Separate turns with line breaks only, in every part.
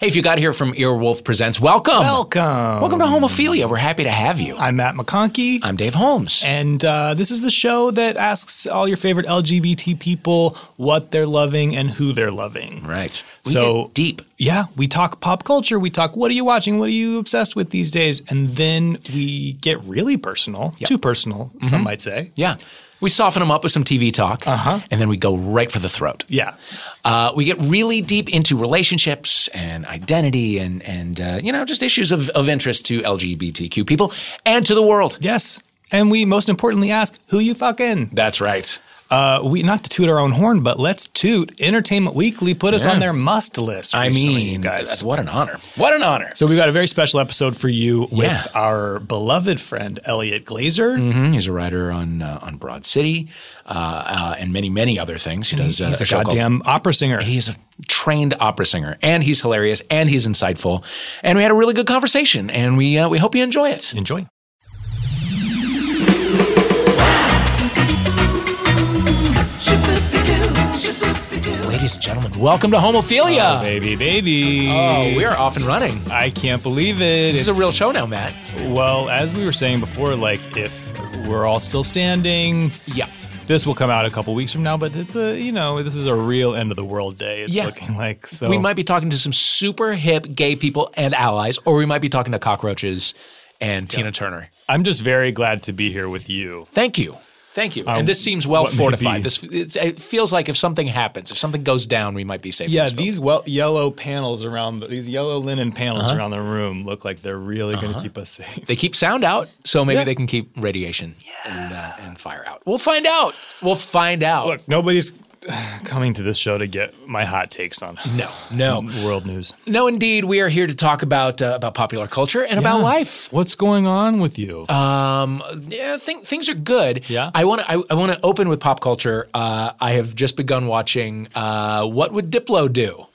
Hey, if you got here from Earwolf Presents, welcome.
Welcome.
Welcome to Homophilia. We're happy to have you.
I'm Matt McConkey.
I'm Dave Holmes.
and uh, this is the show that asks all your favorite LGBT people what they're loving and who they're loving.
right.
So-
get deep.
Yeah, we talk pop culture. We talk what are you watching? What are you obsessed with these days? And then we get really personal, too personal,
Mm-hmm.
some might say.
Yeah. We soften them up with some TV talk, uh-huh. and then we go right for the throat.
Yeah.
Uh, we get really deep into relationships and identity and, and uh, you know, just issues of, of interest to LGBTQ people and to the world.
Yes. And we most importantly ask who you fucking.
That's right.
Uh, we not to toot our own horn, but let's toot. Entertainment Weekly put us on their must list.
I
recently, you
mean,
guys,
what an honor. What an honor.
So we've got a very special episode for you with
Yeah.
our beloved friend Elliot Glazer.
Mhm. He's a writer on uh, on Broad City uh, uh, and many, many other things. He does uh,
He's a
show called
goddamn opera singer.
He is a trained opera singer, and he's hilarious, and he's insightful, and we had a really good conversation, and we uh, we hope you enjoy it.
Enjoy.
Ladies and gentlemen, welcome to Homophilia.
Oh, Baby, baby.
Oh, we are off and running.
I can't believe it.
This is
It's-
a real show now, Matt.
Well, as we were saying before, like if we're all still standing,
Yeah,
this will come out a couple weeks from now, but it's a, you know, this is a real end of the world day. It's
Yeah.
looking like so.
we might be talking to some super hip gay people and allies, or we might be talking to cockroaches and Tina Turner.
I'm just very glad to be here with you.
Thank you. Thank you. and this seems well
Um, what may
fortified.
be-
This it's, it feels like if something happens, if something goes down, we might be safe.
Yeah,
from this
these well, yellow panels around the, these yellow linen panels around the room look like they're really going to keep us safe.
They keep sound out, so maybe
Yeah.
they can keep radiation and, uh, and fire out. We'll find out. We'll find out.
Look, nobody's coming to this show to get my hot takes on
No, no,
world news.
no. Indeed, we are here to talk about uh, about popular culture and about life.
What's going on with you?
Um, yeah, think, things are good.
Yeah.
I want to. I, I want to open with pop culture. Uh, I have just begun watching. Uh, what would Diplo do?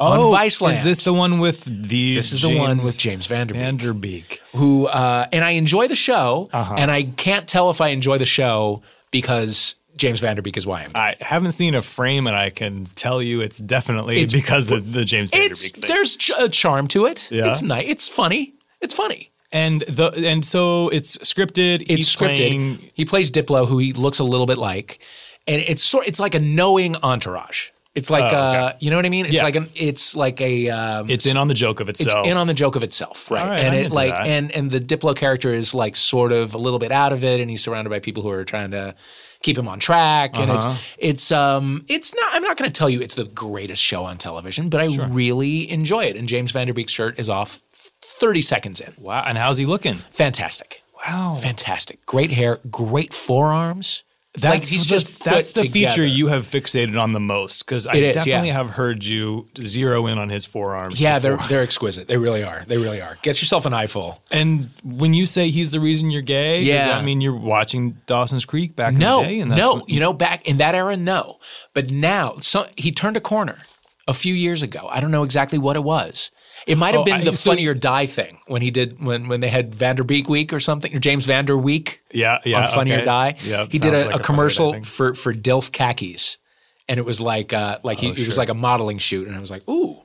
on Viceland.
Oh, Is this the one with the?
This is the one with James Vanderbeek.
Vanderbeek.
who uh, and I enjoy the show,
Uh-huh.
and I can't tell if I enjoy the show because James Vanderbeek is why I'm.
I haven't seen a frame, and I can tell you it's definitely
It's-
because of the James
it's
Vanderbeek thing.
there's ch- a charm to it.
Yeah.
It's nice. It's funny. It's funny.
And the and so it's scripted.
It's scripted. He plays Diplo, who he looks a little bit like, and it's sort. It's like a knowing entourage. It's like,
Oh,
uh,
okay.
you know what I mean? It's
Yeah.
like an. It's like a. Um,
it's in on the joke of
it's
itself.
in on the joke of itself, right?
All right,
and
I'm
it
into
like
that.
and and the Diplo character is like sort of a little bit out of it, and he's surrounded by people who are trying to keep him on track, and
Uh-huh.
it's it's um it's not. I'm not going to tell you it's the greatest show on television, but I really enjoy it. And James Vanderbeek's shirt is off. 30 seconds in.
wow. And how's he looking?
Fantastic.
Wow.
Fantastic. Great hair, great forearms.
That's
like he's
the,
just
that's
put
the feature
together.
you have fixated on the most because I
It is,
definitely
yeah.
have heard you zero in on his forearms.
Yeah,
before.
they're they're exquisite. They really are. They really are. Get yourself an eyeful.
and when you say he's the reason you're gay,
Yeah.
does that mean you're watching Dawson's Creek back
No,
in the day?
no,
what-
you know, back in that era, no. But now, so he turned a corner a few years ago. I don't know exactly what it was. It might have
Oh,
been
I-
the
so-
Funny or Die thing when he did when when they had Vanderbeek Week or something or James Vander Week.
Yeah, yeah,
on Funny or
okay.
Die.
Yeah,
he did
sounds
a,
like
a
a Funny or Die
commercial
thing.
for for Dilf khakis, and it was like uh like he,
Oh,
it was like a modeling shoot, and I was like, ooh,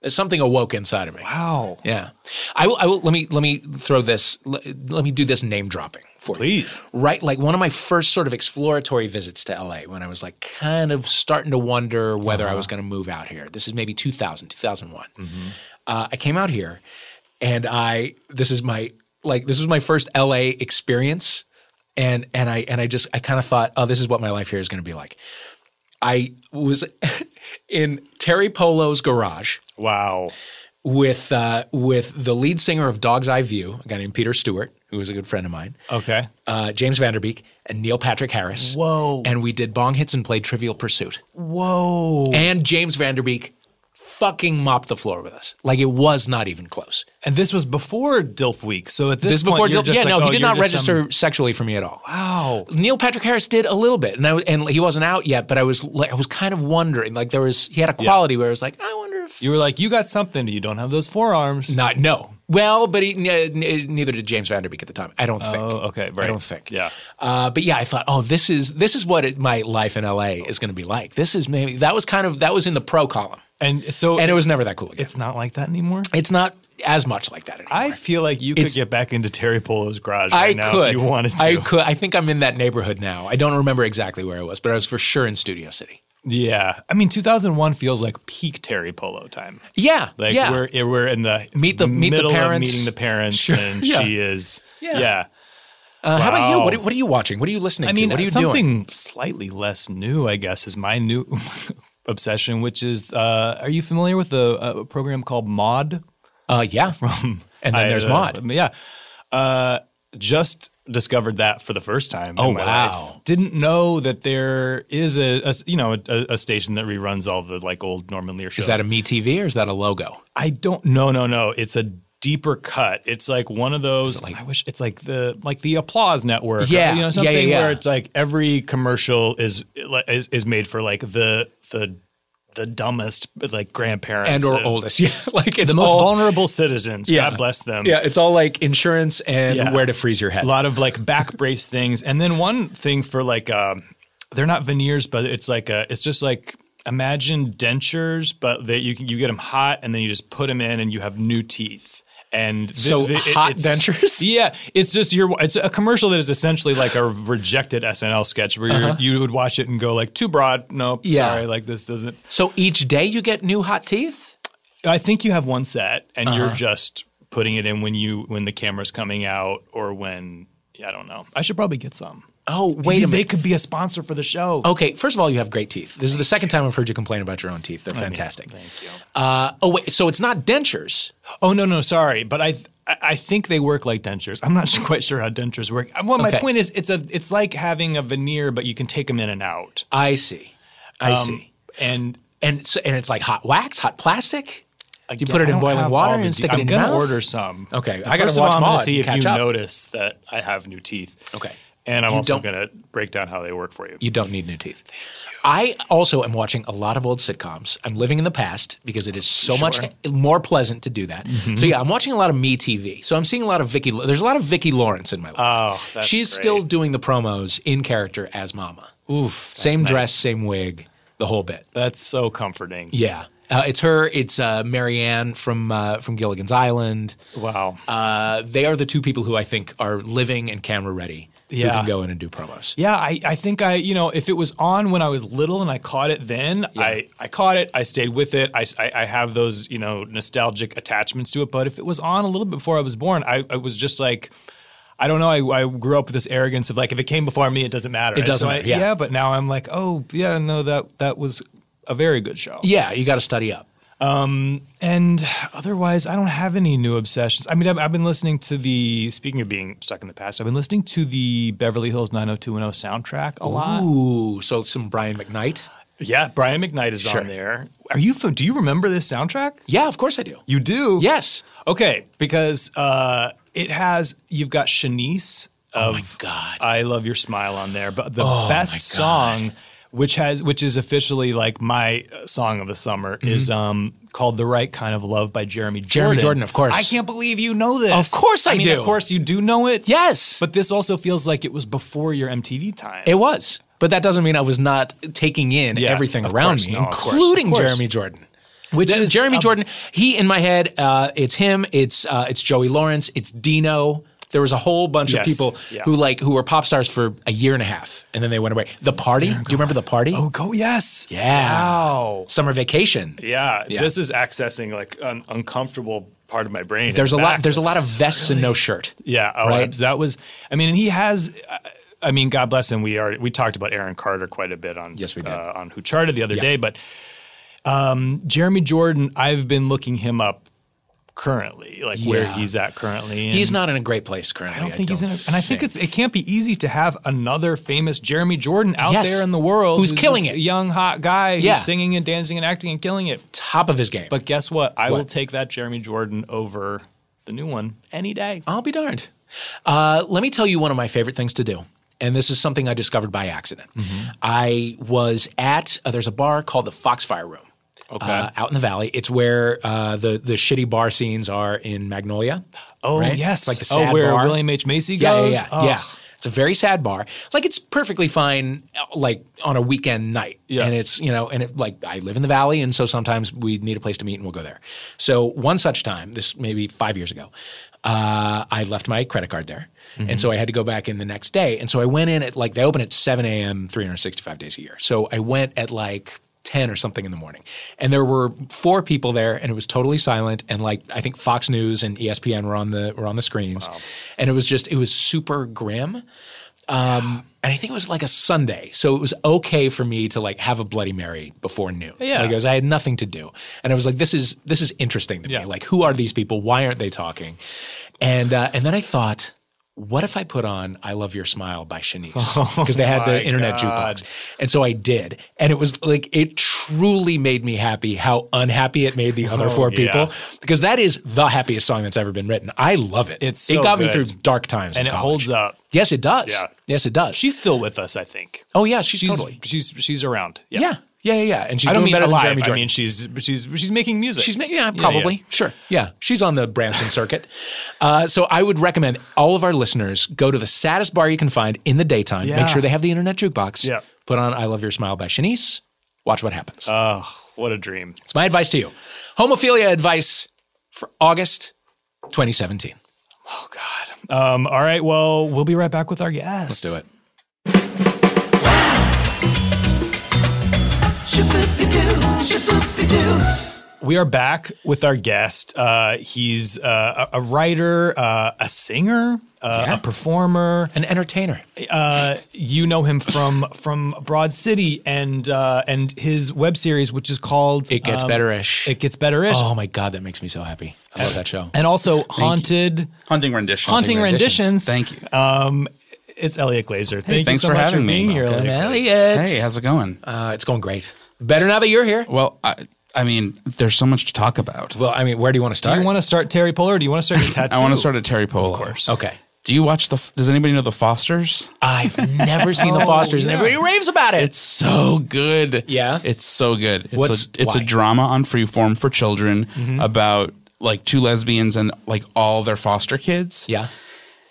there's something awoke inside of me.
Wow.
Yeah, I will. I will. Let me let me throw this. Let, let me do this name dropping for you
Please.
right like one of my first sort of exploratory visits to LA when I was like kind of starting to wonder whether I was going to move out here. This is maybe 2000, 2001. Uh, I came out here and I this is my like this was my first LA experience and and I and I just I kind of thought, oh, this is what my life here is going to be like. I was in Terry Polo's garage
Wow.
with uh, with the lead singer of Dog's Eye View, a guy named Peter Stewart, who was a good friend of mine,
Okay.
uh, James Vanderbeek, and Neil Patrick Harris.
Whoa.
And we did bong hits and played Trivial Pursuit.
Whoa.
And James Vanderbeek fucking mopped the floor with us. Like it was not even close.
And this was before Dilf Week. So at this,
This is
point,
before, Dil-
you're just
yeah,
like,
no,
oh,
he did
you're
not
just
register
some-
sexually for me at all.
wow.
Neil Patrick Harris did a little bit, and I, and he wasn't out yet, but I was like, I was kind of wondering. Like there was, he had a quality where I was like, I wonder if
You were like, you got something, but you don't have those forearms.
not no. Well, but he, n- n- neither did James Vanderbeek at the time. I don't think.
Oh, okay, right.
I don't think.
Yeah.
Uh, but yeah, I thought, oh, this is this is what it, my life in LA is going to be like. This is maybe that was kind of that was in the pro column,
And so
and it was never that cool. Again.
it's not like that anymore.
It's not as much like that anymore.
I feel like you could
It's-
get back into Terry Polo's garage
I
right now
could.
if you wanted to.
I could. I think I'm in that neighborhood now. I don't remember exactly where I was, but I was for sure in Studio City.
Yeah. I mean, 2001 feels like peak Terry Polo time.
Yeah.
Like
yeah.
we're eh, we're in the
Meet the- meet the
middle
parents.
of meeting the parents, and
Yeah.
she is
Yeah.
yeah.
Uh, How about you?
Wow.
What are, what are you watching? What are you listening
I mean,
to? What are you
something
doing?
slightly less new, I guess, is my new obsession, which is uh, are you familiar with a, a program called Mod?
Uh, yeah. From and then
I,
there's
uh,
Mod.
Yeah. Uh, just discovered that for the first time.
Oh,
in my
wow.
Life. Didn't know that there is a, a you know a, a station that reruns all the like old Norman Lear shows.
Is that a Me TV or is that a logo?
I don't. No, no, no. It's a deeper cut. It's like one of those.
like-
I wish it's like the like the Applause Network. or,
Yeah,
you
yeah,
know something
yeah.
where it's like every commercial is is is made for like the the the dumbest like grandparents
And or oldest? Yeah. Like it's
the most
all,
vulnerable citizens.
Yeah.
God bless them.
Yeah. It's all like insurance and
Yeah.
where to freeze your head.
A lot of like back brace things, and then one thing for like um, they're not veneers, but it's like a, it's just like imagine dentures, but that you can you get them hot, and then you just put them in, and you have new teeth. And th-
So
th- it-
hot
it's-
dentures?
Yeah, it's just your. It's a commercial that is essentially like a rejected SNL sketch where you're you would watch it and go like too broad. Nope,
Uh-huh. Yeah.
sorry, like this doesn't.
so each day you get new hot teeth?
I think you have one set, and
Uh-huh.
you're just putting it in when you when the camera's coming out or when I don't know. I should probably get some.
Oh, wait a
Maybe
minute.
They could be a Oh, sponsor for the show.
Okay, first of all, you have great teeth. This is the second time I've heard you complain about your own teeth. They're fantastic. thank you. Uh, oh wait, so it's not dentures.
Oh no, no, sorry, but I I I think they work like dentures. I'm not quite sure how dentures work. Well, my
Okay.
point is, it's a it's like having a veneer, but you can take them in and out. Um,
I see. I see.
And
And so, and it's like hot wax, hot plastic. you
again,
put it
I
in
don't
boiling
have
water
all the
and
de-
stick it
I'm
in your
gonna
mouth?
order some.
Okay,
And
I gotta
first of
watch
all, I'm
Maud
gonna see
and
if you
catch up.
notice that I have new teeth.
Okay.
And I'm also
don't-
gonna break down how they work for you.
You don't need new teeth. I also am watching a lot of old sitcoms. I'm living in the past because it is so much more pleasant to do that.
Mm-hmm.
So yeah, I'm watching a lot of Me TV. So I'm seeing a lot of Vicky. There's a lot of Vicky Lawrence in my life.
Oh, that's
she's
great.
still doing the promos in character as Mama. Oof. Same dress, same wig, the whole bit.
That's so comforting.
Yeah. Uh, it's her. It's uh, Marianne from uh, from Gilligan's Island.
Wow.
Uh, they are the two people who I think are living and camera ready. Who
Yeah.
can go in and do promos.
Yeah, I, I think I, you know, if it was on when I was little and I caught it then, I, I caught it, I stayed with it. I, I, I have those, you know, nostalgic attachments to it. But if it was on a little bit before I was born, I, I was just like, I don't know. I, I grew up with this arrogance of like, if it came before me, it doesn't matter. And
doesn't
I-
matter, yeah.
but now I'm like, oh, yeah, no, that, that was a very good show.
Yeah, you got to study up.
And otherwise, I don't have any new obsessions. I mean, I've, I've been listening to the, speaking of being stuck in the past, I've been listening to the Beverly Hills 90210 soundtrack a lot.
Ooh, so some Brian McKnight.
Yeah, Brian McKnight is
Sure.
on there. Are you? fam- Do you remember this soundtrack?
Yeah, of course I do.
You do.
Yes.
Okay, because uh, it has you've got Shanice of
Oh my God. Oh
I love your smile on there, but the best song, which has which is officially like my uh, song of the summer, is um called "The Right Kind of Love" by Jeremy Jordan.
Mm-hmm. Jeremy Jordan, of course.
I can't believe you know this.
Of course I
mean,
do.
Of course you do know it.
Yes.
But this also feels like it was before your MTV time.
it was. But that doesn't mean I was not taking in
Yeah,
everything
of
around
course,
me,
no, of course, of
including
course. um,
Jeremy Jordan. Which is Jeremy Jordan? He in my head. Uh, it's him. It's uh, it's Joey Lawrence. It's Dino. There was a whole bunch of
Yes,
people
yeah.
who like who were pop stars for a year and a half, and then they went away. The party. Do you remember the party?
oh, go yes.
yeah.
Wow.
Summer vacation.
Yeah, this is accessing like an uncomfortable part of my brain.
There's a
in the
lot.
back
There's a lot of
that's-
vests and no shirt.
yeah. Oh,
right?
that was. I mean, and he has. Uh, I mean, God bless him. We are we talked about Aaron Carter quite a bit on
Yes, we did.
uh, on Who Charted the other day, but um, Jeremy Jordan, I've been looking him up currently, like where
Yeah.
he's at currently. and-
He's not in a great place currently.
I don't think he's in. A, and I think it's it can't be easy to have another famous Jeremy Jordan out
Yes.
there in the world
Who's killing
just
it.
a young hot guy
Yeah.
who's singing and dancing and acting and killing it.
top of his game.
But guess what? I will
What?
take that Jeremy Jordan over the new one any day.
I'll be darned. Uh, let me tell you one of my favorite things to do. And this is something I discovered by accident.
Mm-hmm.
I was at, uh, there's a bar called the Foxfire Room. Okay. out in the valley, it's where uh, the the shitty bar scenes are in Magnolia.
Oh
right?
yes,
like the sad
oh where
bar.
William H Macy
yeah, yeah,
goes.
yeah,
Oh.
yeah. It's a very sad bar. Like it's perfectly fine, uh, like on a weekend night.
Yeah.
And it's you know, and it like I live in the valley, and so sometimes we need a place to meet, and we'll go there. So one such time, this maybe five years ago, uh, I left my credit card there, and so I had to go back in the next day. And so I went in at like they open at seven a.m. three hundred sixty-five days a year. So I went at like. 10 or something in the morning. And there were four people there and it was totally silent and like I think Fox News and E ESPN were on the were on the screens. And it was just it was super grim. Um, and I think it was like a Sunday, so it was okay for me to like have a Bloody Mary before noon.
Yeah.
like, it was- I had nothing to do, and I was like, "This is this is interesting to me.
Yeah.
Like, who are these people? Why aren't they talking?" And uh, and then I thought, what if I put on "I Love Your Smile" by Shanice
Oh
because they had the internet jukebox, and so I did, and it was like it truly made me happy how unhappy it made the other four
Oh, yeah.
people because that is the happiest song that's ever been written. I love it.
It's
it
so
got me
good.
through dark times,
and
in
it
college.
holds up.
Yes, it does.
Yeah.
Yes, it does.
She's still with us, I think.
oh yeah, she's,
She's
totally.
she's she's around. Yeah.
Yeah. yeah, yeah, yeah. And she's
I don't
doing
mean
better than
alive.
Jeremy
I
Jordan.
mean she's she's she's making music.
She's ma- yeah, probably sure. Yeah, she's on the Branson circuit. Uh, so I would recommend all of our listeners go to the saddest bar you can find in the daytime.
Yeah.
Make sure they have the internet jukebox.
Yeah. Uh.
Put on "I Love Your Smile" by Shanice. Watch what happens.
What a dream.
it's my advice to you. Homophilia advice for August 2017.
Oh God. Um, all right. Well, we'll be right back with our guest.
Let's do it.
We are back with our guest. Uh, he's uh, a a writer, uh, a singer, uh,
Yeah.
a performer.
An entertainer.
Uh, you know him from from Broad City and uh, and his web series, which is called
It gets
um,
better-ish.
It gets betterish.
Oh my god, that makes me so happy. I love that show.
And also haunted
Hunting rendition.
haunting renditions.
Thank you.
It's Elliot Glazer. Thank you
thanks
so
for
much
having
for
me.
being here,
Welcome,
Elliot.
hey, how's it going?
Uh, it's going great. Better now that you're here.
well, I, I mean, there's so much to talk about.
Well, I mean, where do you want to start?
Do you want to start Terry Polar? Or do you want to start your tattoo?
I want to start at Terry Polo.
okay.
Do you watch the? Does anybody know the Fosters?
I've never seen the Fosters, and everybody raves about it.
Oh, It's so good.
Yeah?
it's so good. It's
What's-
a, it's
why?
a drama on Freeform for children about like two lesbians and like all their foster kids.
yeah.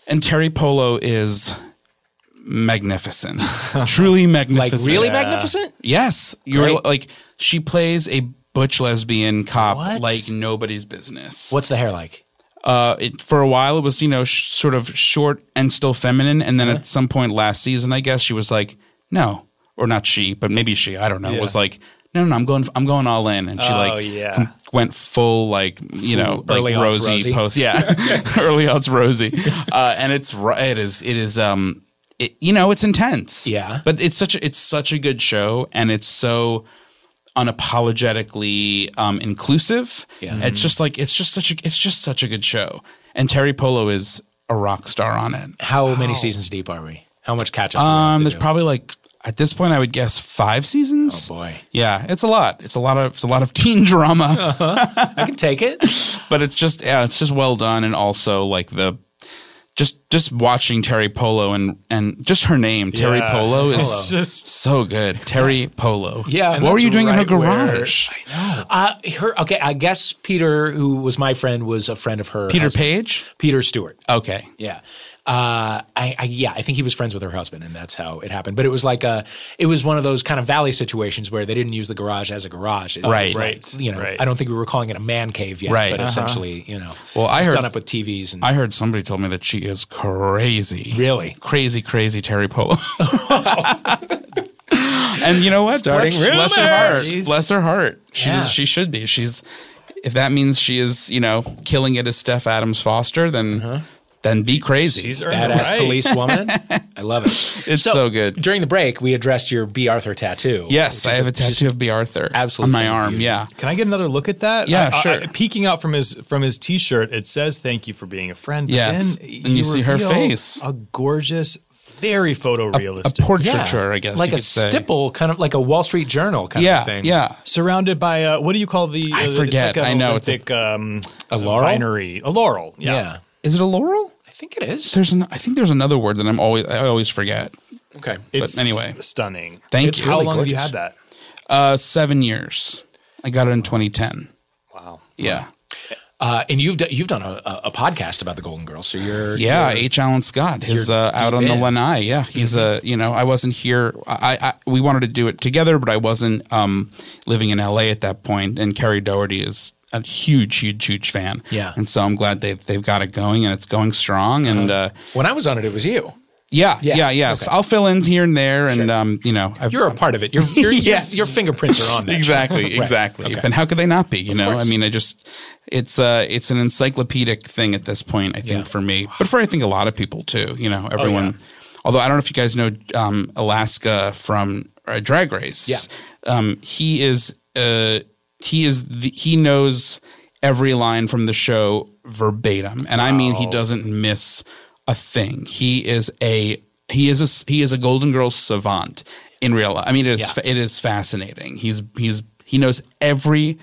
and Terry Polo is magnificent, truly
Like
magnificent.
really magnificent?
Yes, you're
Great.
like she plays a butch lesbian cop like nobody's business.
What's the hair like?
Uh, it, for a while, it was you know sh- sort of short and still feminine, and then at some point last season, I guess she was like, no, or not she, but maybe she, I don't know, was like. No, no, no, I'm going. I'm going all in, and she like
yeah.
went full like you know
early
like
aughts
rosy,
Rosie.
post, yeah, early odds rosy, uh, and it's ri- it is it is um it, you know it's intense,
Yeah.
but it's such a, it's such a good show, and it's so unapologetically um, inclusive.
Yeah.
It's just like it's just such a it's just such a good show. And Terry Polo is a rock star on it.
How many seasons deep are we? How much catch up? do we have
Um,
to
there's
do?
probably like at this point I would guess five seasons.
Oh, boy.
yeah, it's a lot. It's a lot of it's a lot of teen drama,
I can take it.
but it's just yeah, it's just well done, and also like the. Just, just watching Terry Polo and and just her name Terry
Yeah.
Polo is
It's just-
just so good. Terry Polo.
Yeah. And
What were
that's
you doing in her
right where-
garage?
Uh, her okay. I guess Peter, who was my friend, was a friend of her.
Peter
husband.
Page.
Peter Stewart.
Okay.
Yeah. Uh, I, I yeah, I think he was friends with her husband, and that's how it happened. But it was like a, it was one of those kind of valley situations where they didn't use the garage as a garage. It was
Right.
like, you know,
Right.
I don't think we were calling it a man cave yet,
Right.
but
Uh-huh.
essentially, you know,
Well, I
it's
heard-
done up with TVs and
I heard somebody told me that she is crazy.
Really?
Crazy, crazy Terry Polo. and you know what?
Starting
bless, bless her heart.
rumors.
Bless her heart. She
Yeah.
is, she should be.
Uh-huh.
She's if that means she is, you know, killing it as Steph Adams Foster, then Then be crazy.
She's earned a
Badass
right.
police woman. I love it.
it's so, good.
During the break, we addressed your B. Arthur tattoo.
Yes, I have a tattoo of B. Arthur
absolute
on my
thing,
arm.
dude.
Yeah.
Can I get another look at that?
Yeah,
I- I-
sure.
I- peeking out from his from his t-shirt, it says "Thank you for being a friend." But
Yes.
then
And you see her
reveal
face.
a gorgeous, very
A
photorealistic,
portraiture, I guess.
Like
you
a
could say.
stipple, kind of like a Wall Street Journal kind
Yeah.
of thing.
Yeah.
surrounded by a, what do you call the?
I
uh, it's
forget.
Like
I know, it's a-
Olympic, um,
A laurel?
Vinery, a laurel.
Yeah.
Yeah.
Is it a laurel?
I think it is.
There's an. I think there's another word that I'm always. I always forget.
Okay.
It's
anyway.
stunning.
Thank
It's
you.
How
really
long
gorgeous.
have you had that?
Uh, seven years. I got it in 2010.
Wow.
Yeah.
Uh, and you've d- you've done a, a, a podcast about the Golden Girls, so you're
Yeah,
you're-
H. Allen Scott. His uh, out on
deep
the
in.
lanai. Yeah, he's a you know I wasn't here. I, I we wanted to do it together, but I wasn't um, living in L.A. at that point. And Kerry Doherty is a huge, huge, huge fan.
Yeah.
and so I'm glad they've they've got it going and it's going strong. And uh,
when I was on it, it was you.
yeah,
Uh-huh. Yeah,
yeah, yeah. So I'll fill in here and there, and um, you know I've,
You're a part of it. Your your,
Yes.
your, your fingerprints are on that.
exactly exactly and how could they not be you know
course.
i mean i just it's uh it's an encyclopedic thing at this point i think
Yeah. Oh,
for me but for i think a lot of people too you know everyone although i don't know if you guys know um alaska from uh, drag race
Yeah.
um he is uh he is the, he knows every line from the show verbatim and i mean he doesn't miss a thing he is a he is a he is a golden girls savant in real life i mean it is
Yeah.
fa- it is fascinating he's he's he knows every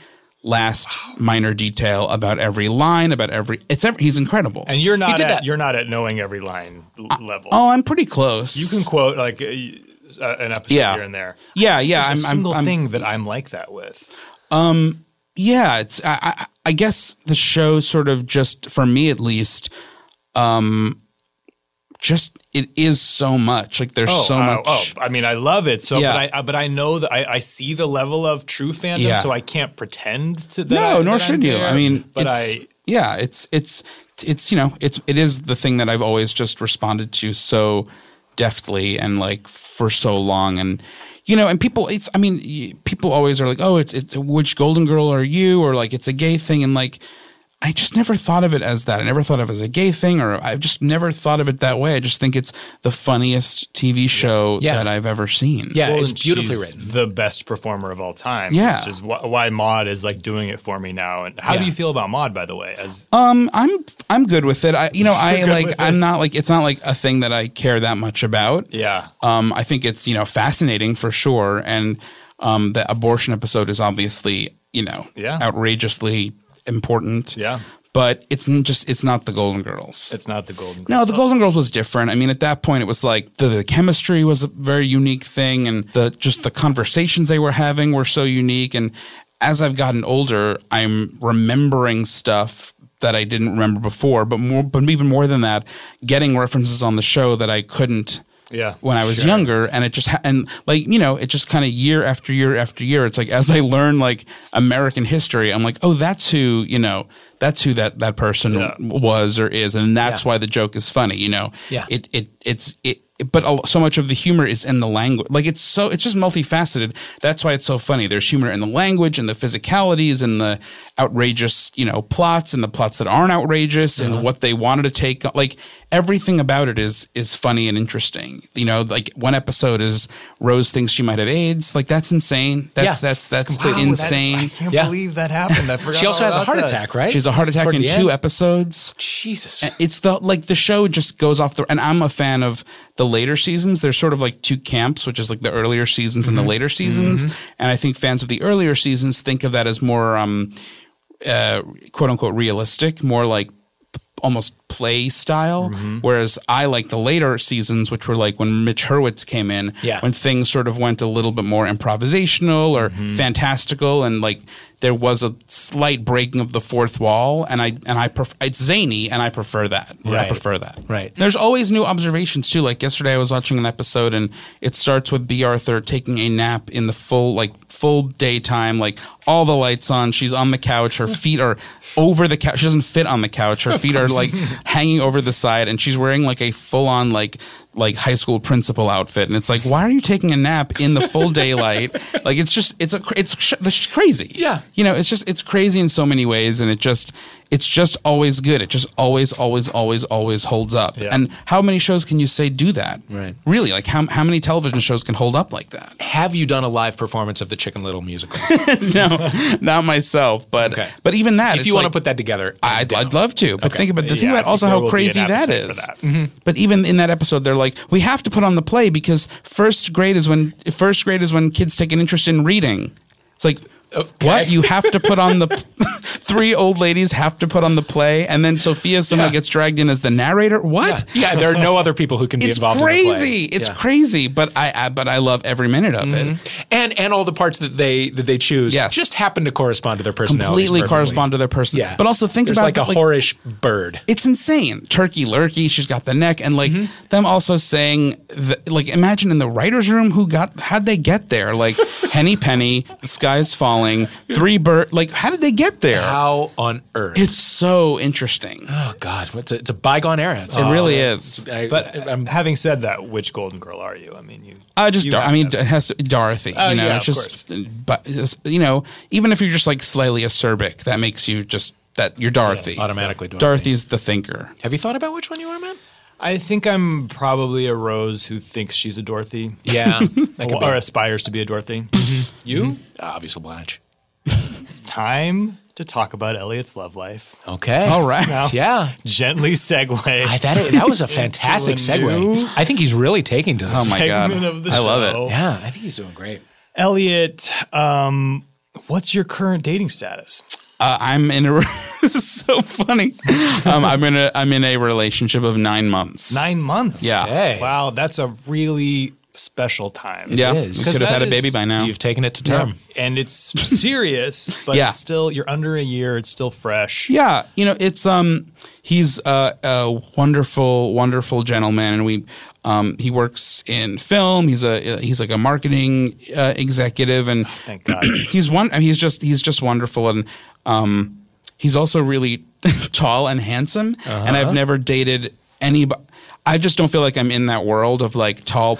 last minor detail about every line about every it's every, he's incredible
And you're not
did
at
that. Uh,
you're not at knowing every line l- level.
oh i'm pretty close
You can quote like uh, y- uh, an episode
Yeah.
here and there.
yeah yeah
There's a
I'm,
single
I'm, I'm
thing that I'm like that with.
yeah it's I, I i guess the show sort of just for me at least um just it is so much like there's so
uh,
much
Oh, I mean, I love it. So,
Yeah.
but I, I- but I know that I, I see the level of true fandom.
Yeah.
So I can't pretend to that.
no
I-
nor
that I'm
should you i
there,
mean
but
it's-
I
yeah it's it's it's you know it's it is the thing that i've always just responded to so deftly and like for so long and you know and people it's i mean y- people always are like oh it's it's which golden girl are you or like it's a gay thing and like I just never thought of it as that. I never thought of it as a gay thing, or I've just never thought of it that way. I just think it's the funniest TV show
Yeah.
that I've ever seen.
Yeah,
Well,
it's
and
beautifully
she's
written.
The best performer of all time.
Yeah.
which is wh- why Maud is like doing it for me now. And how do
Yeah.
you feel about Maud, by the way? As
Um, I'm I'm good with it. I you know I
You're good
like
with
I'm
it.
not like it's not like a thing that I care that much about.
yeah,
Um, I think it's you know fascinating for sure, and um, the abortion episode is obviously you know
Yeah.
outrageously important.
Yeah.
but it's n- just it's not the Golden Girls.
it's not the Golden.
no,
Girls.
the Golden Girls was different. I mean, at that point, it was like the, the chemistry was a very unique thing, and the just the conversations they were having were so unique. And as I've gotten older, I'm remembering stuff that I didn't remember before, but more, but even more than that, getting references on the show that I couldn't
Yeah.
when I was younger, and it just ha- and like you know, it just kind of year after year after year. It's like as I learn like American history, I'm like, oh, that's who you know, that's who that that person was or is, and that's
Yeah.
why the joke is funny. You know,
Yeah.
it it it's it. But a- so much of the humor is in the language. Like it's so, it's just multifaceted. That's why it's so funny. There's humor in the language and the physicalities and the outrageous, you know, plots and the plots that aren't outrageous
Uh-huh.
and what they wanted to take. Like everything about it is is funny and interesting. You know, like one episode is Rose thinks she might have AIDS. Like that's insane. That's
Yeah.
that's that's
Wow, that is- I
insane.
can't
Yeah.
believe that happened. I forgot.
She also
all
has a
about
heart
that.
attack, right?
She has a heart attack
Toward
in
the
two
end?
episodes.
Jesus.
It's the like the show just goes off the and I'm a fan of the later seasons. There's sort of like two camps, which is like the earlier seasons and the later seasons. And I think fans of the earlier seasons think of that as more um uh quote unquote realistic, more like p- almost play style. Whereas I like the later seasons, which were like when Mitch Hurwitz came in,
Yeah.
when things sort of went a little bit more improvisational or fantastical, and like there was a slight breaking of the fourth wall. And I and I pref- it's zany, and I prefer that. I
Right.
prefer that.
Right.
There's always new observations too. Like yesterday, I was watching an episode, and it starts with B. Arthur taking a nap in the full like full daytime, like all the lights on. She's on the couch. Her feet are over the couch. She doesn't fit on the couch. Her feet are like hanging over the side, and she's wearing like a full on like like high school principal outfit. And it's like, why are you taking a nap in the full daylight? like it's just it's a cra- it's sh- it's crazy.
Yeah.
You know, it's just it's crazy in so many ways, and it just it's just always good. It just always, always, always, always holds up. And how many shows can you say do that?
Right.
Really, like how how many television shows can hold up like that?
Have you done a live performance of the Chicken Little musical?
no, not myself, but
Okay.
but even that.
if
it's
you want to
like-
put that together, I'm
I'd,
down.
I'd love to, but think about the thing
Yeah, I
about
think
also
there
how
will be
crazy
an
that
appetite for
is. Mm-hmm.
that.
But even in that episode, they're like, we have to put on the play because first grade is when first grade is when kids take an interest in reading. It's like. What you have to put on the three old ladies have to put on the play, and then Sophia somehow
Yeah.
gets dragged in as the narrator. What?
yeah, there are no other people who can be
It's
involved.
crazy.
In the play.
It's
Yeah. Mm-hmm.
crazy, but I, I but I love every minute of it.
and and all the parts that they that they choose
Yes.
just happen to correspond to their personality.
Completely correspond to their person.
Yeah,
But also think
There's
about
like
the-
a whorish bird.
it's insane. Turkey lurkey, she's got the neck, and like
Mm-hmm.
them also saying, the, like imagine in the writers' room who got how'd they get there? Like Henny Penny, the sky's falling, three bird. Like how did they get there?
How on earth?
It's so interesting.
oh God, what's a, it's a bygone era. It's
it really is.
I,
But
I, am
having said that, which Golden Girl are you? I mean, you.
I just,
you
Dar-
have
I mean,
to-
it has to, Dorothy.
Oh,
you know,
yeah,
it's
of
just, but it's- you know, even if you're just like slightly acerbic, that makes you just that you're Dorothy.
automatically Dorothy.
Dorothy's the thinker.
Have you thought about which one you are, man?
I think I'm probably a Rose who thinks she's a Dorothy.
Yeah, that could
or,
be.
or aspires to be a Dorothy.
you Mm-hmm. obviously Blanche.
it's time to talk about Elliot's love life.
Okay.
All right.
Now,
Yeah.
Gently segue.
I, that, that was a fantastic
Into a
segue.
new-
I think he's really taking to this.
Oh my god,
segment of the
I love
show.
it.
Yeah, I think he's doing great.
Elliot, um, what's your current dating status?
Uh, I'm in a. this is so funny. Um, I'm in a. I'm in a relationship of nine months.
Nine months.
Yeah.
Okay.
Wow, that's a really special time.
Yeah,
It is.
we
'Cause
could have
that
had a
is-
baby by now.
You've taken it to term.
And it's serious, but
Yeah.
it's still you're under a year. It's still fresh.
Yeah, you know, it's um, he's a, a wonderful, wonderful gentleman, and we, um, he works in film. He's a he's like a marketing uh, executive, and
Thank God.
he's one. I mean, he's just he's just wonderful, and um, he's also really tall and handsome. And
Uh-huh.
I've never dated anybody. I just don't feel like I'm in that world of like tall.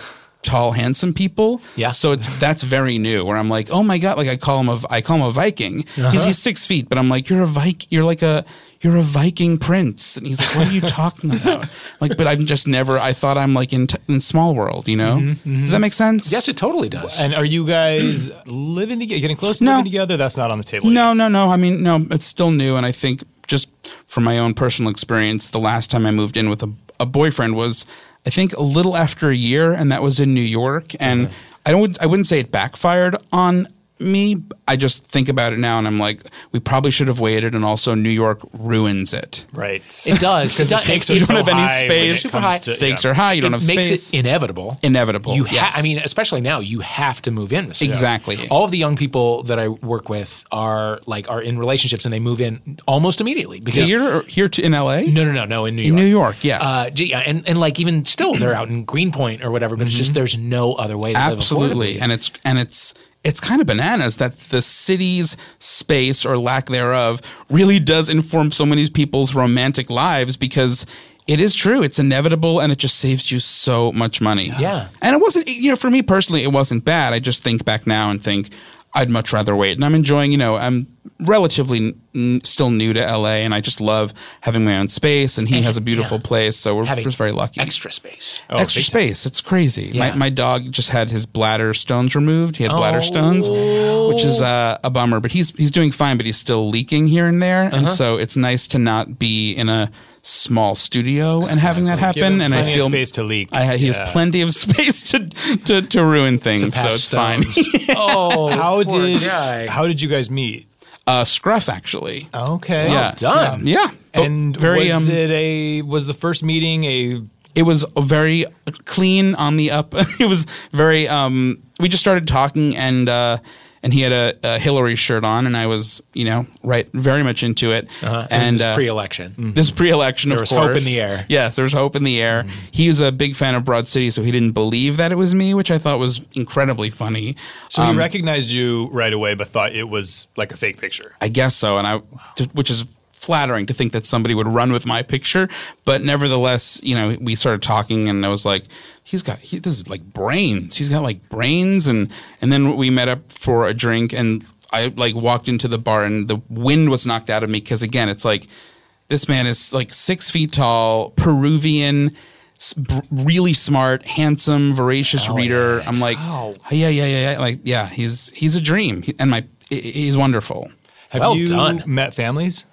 Tall, handsome people.
Yeah.
So it's that's very new. Where I'm like, oh my god, like I call him a, I call him a Viking.
Uh-huh.
He's, he's six feet, but I'm like, you're a Viking. You're like a, you're a Viking prince. And he's like, what are you talking about? like, but I'm just never. I thought I'm like in t- in small world. You know? Does that make sense?
Mm-hmm, Yes, it totally does.
and are you guys living together? Getting close to
No.
living together? That's not on the table.
No, no, no. I mean, no, it's still new. And I think just from my own personal experience, the last time I moved in with a, a boyfriend was, I think, a little after a year, and that was in New York. And I don't, I wouldn't say it backfired on me. I just think about it now, and I'm like, we probably should have waited. And also, New York ruins it.
Yet. Right.
it does. It does.
stakes
it-
are
you
so
don't have any
high when
space.
it
Super
comes
high.
to-
Stakes are high. You don't
it
have
makes
space.
it inevitable.
Inevitable.
You have.
yes.
I mean, especially now, you have to move in. Mr.
Exactly.
Dove. All of the young people that I work with are like are in relationships and they move in almost immediately because
here, here to in L.A.
No, no, no, no. In New York.
In New York, yes.
Uh, gee, yeah, and and like even still, they're out in Greenpoint or whatever. But it's just there's no other way. To
Mm-hmm. absolutely
Live affordably.
and it's and it's it's kind of bananas that the city's space or lack thereof really does inform so many people's romantic lives because it is true it's inevitable and it just saves you so much money
Yeah.
and it wasn't you know for me personally it wasn't bad i just think back now and think i'd much rather wait and i'm enjoying you know i'm relatively n- still new to la and i just love having my own space and he has a beautiful place so we're
Having
just very lucky
extra space.
extra space. It's crazy.
Yeah.
Oh, My, my dog just had his bladder stones removed. He had bladder stones, which is uh, a bummer. But he's he's doing fine. But he's still leaking here and there, and so it's nice to not be in a small studio and having that happen. And I
plenty of
feel
space to leak.
I, he has plenty of space to to, to ruin things, so
Past
it's fine.
stones. oh,
How did
guy.
how did you guys meet?
Uh, scruff actually.
Oh, Okay.
yeah,
done.
Yeah, But
And
very
was
um,
it a was the first meeting a
it was very clean on the up. it was very. Um, we just started talking, and uh, and he had a, a Hillary shirt on, and I was, you know, right, very much into it.
Uh-huh. And
And uh,
pre-election.
this pre-election, of
was
course,
hope in the air. Mm-hmm.
Yes, there was hope in the air. He was a big fan of Broad City, so he didn't believe that it was me, which I thought was incredibly funny.
so
um,
he recognized you right away but thought it was like a fake picture.
I guess so, and I, to- which is flattering to think that somebody would run with my picture. But nevertheless, you know, we started talking, and I was like, "He's got he, this is like brains. He's got like brains." And and then we met up for a drink, and I like walked into the bar and the wind was knocked out of me because again, it's like this man is like six feet tall, Peruvian, s- br- really smart, handsome, voracious reader. I'm like, yeah, yeah, yeah, yeah, like yeah, he's he's a dream, He- and my he- he's wonderful.
Have
Well
you
done.
met families?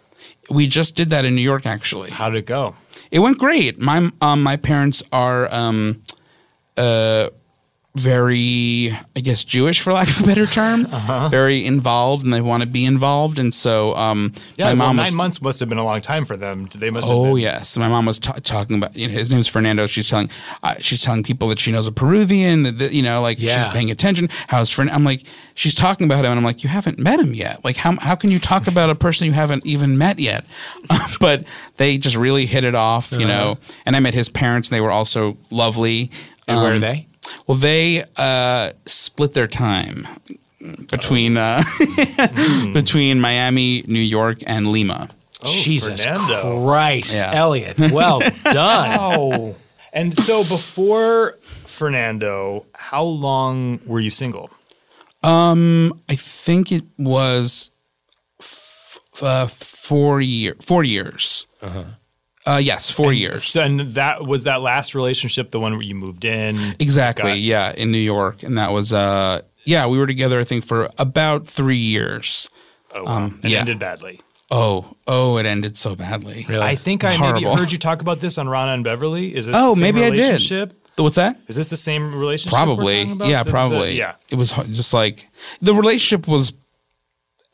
We just did that in New York, actually.
How did it go?
It went great. My um, my parents are um, uh, very, I guess, Jewish for lack of a better term.
Uh-huh.
Very involved, and they want to be involved. And so, um,
Yeah,
my
well,
mom
nine
was.
months must have been a long time for them. They must. have
Oh
been,
yes, my mom was ta- talking about. You know, his name's Fernando. She's telling, uh, she's telling people that she knows a Peruvian. That, that you know, like she's
Yeah.
paying attention. How's Fernando? I'm like, she's talking about him, and I'm like, you haven't met him yet. Like, how how can you talk about a person you haven't even met yet? but they just really hit it off,
Uh-huh.
you know. And I met his parents, and they were also lovely.
And where
Um,
are they?
Well, they uh, split their time between uh,
Mm.
between Miami, New York, and Lima.
Jesus
Oh, Fernando.
Christ,
Yeah.
Elliot. Well done.
Oh, and so before Fernando, how long were you single?
I think it was f- uh, four year four years. Uh-huh. yes, four years
So, and that was that last relationship, the one where you moved in.
exactly.
Got it.
Yeah, in New York, and that was uh, yeah, we were together. I think for about three years.
Oh, wow. and
um, yeah.
ended badly.
Oh, oh, it ended so badly.
I think I
Horrible.
maybe heard you talk about this on Rana and Beverly. Is this the
Oh,
same
maybe I did.
relationship?
Th- What's that?
Is this the same relationship? we're
Probably,
talking about?
yeah,
That was a-
probably.
yeah.
it was h- just like the relationship was,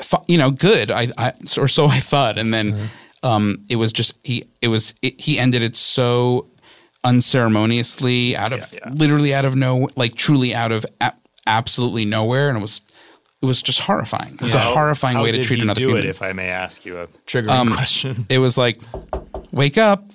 fu- you know, good. I, I or so I thought, and then
Mm-hmm.
um, it was just he. It was it, he ended it so unceremoniously, out of literally out of no, like truly out of a- absolutely nowhere, and it was it was just horrifying. It was a
How-
horrifying
how
way to
did
treat
he
another
do
human.
it, if I may ask you a triggering
Um,
question.
it was like, wake up,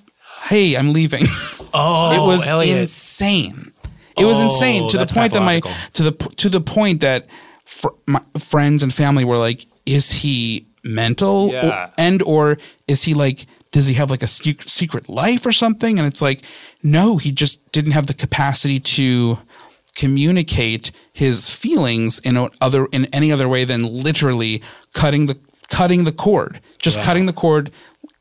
hey, I'm leaving.
Oh,
it was
Elliot.
insane. It
Oh,
was insane to the
that's
point that my
pathological.
to the p- to the point that fr- my friends and family were like, "Is he mental? Or-
Yeah.
and or is he like?" Does he have like a sec- secret life or something? And it's like, no, he just didn't have the capacity to communicate his feelings in a other in any other way than literally cutting the cutting the cord, just cutting the cord,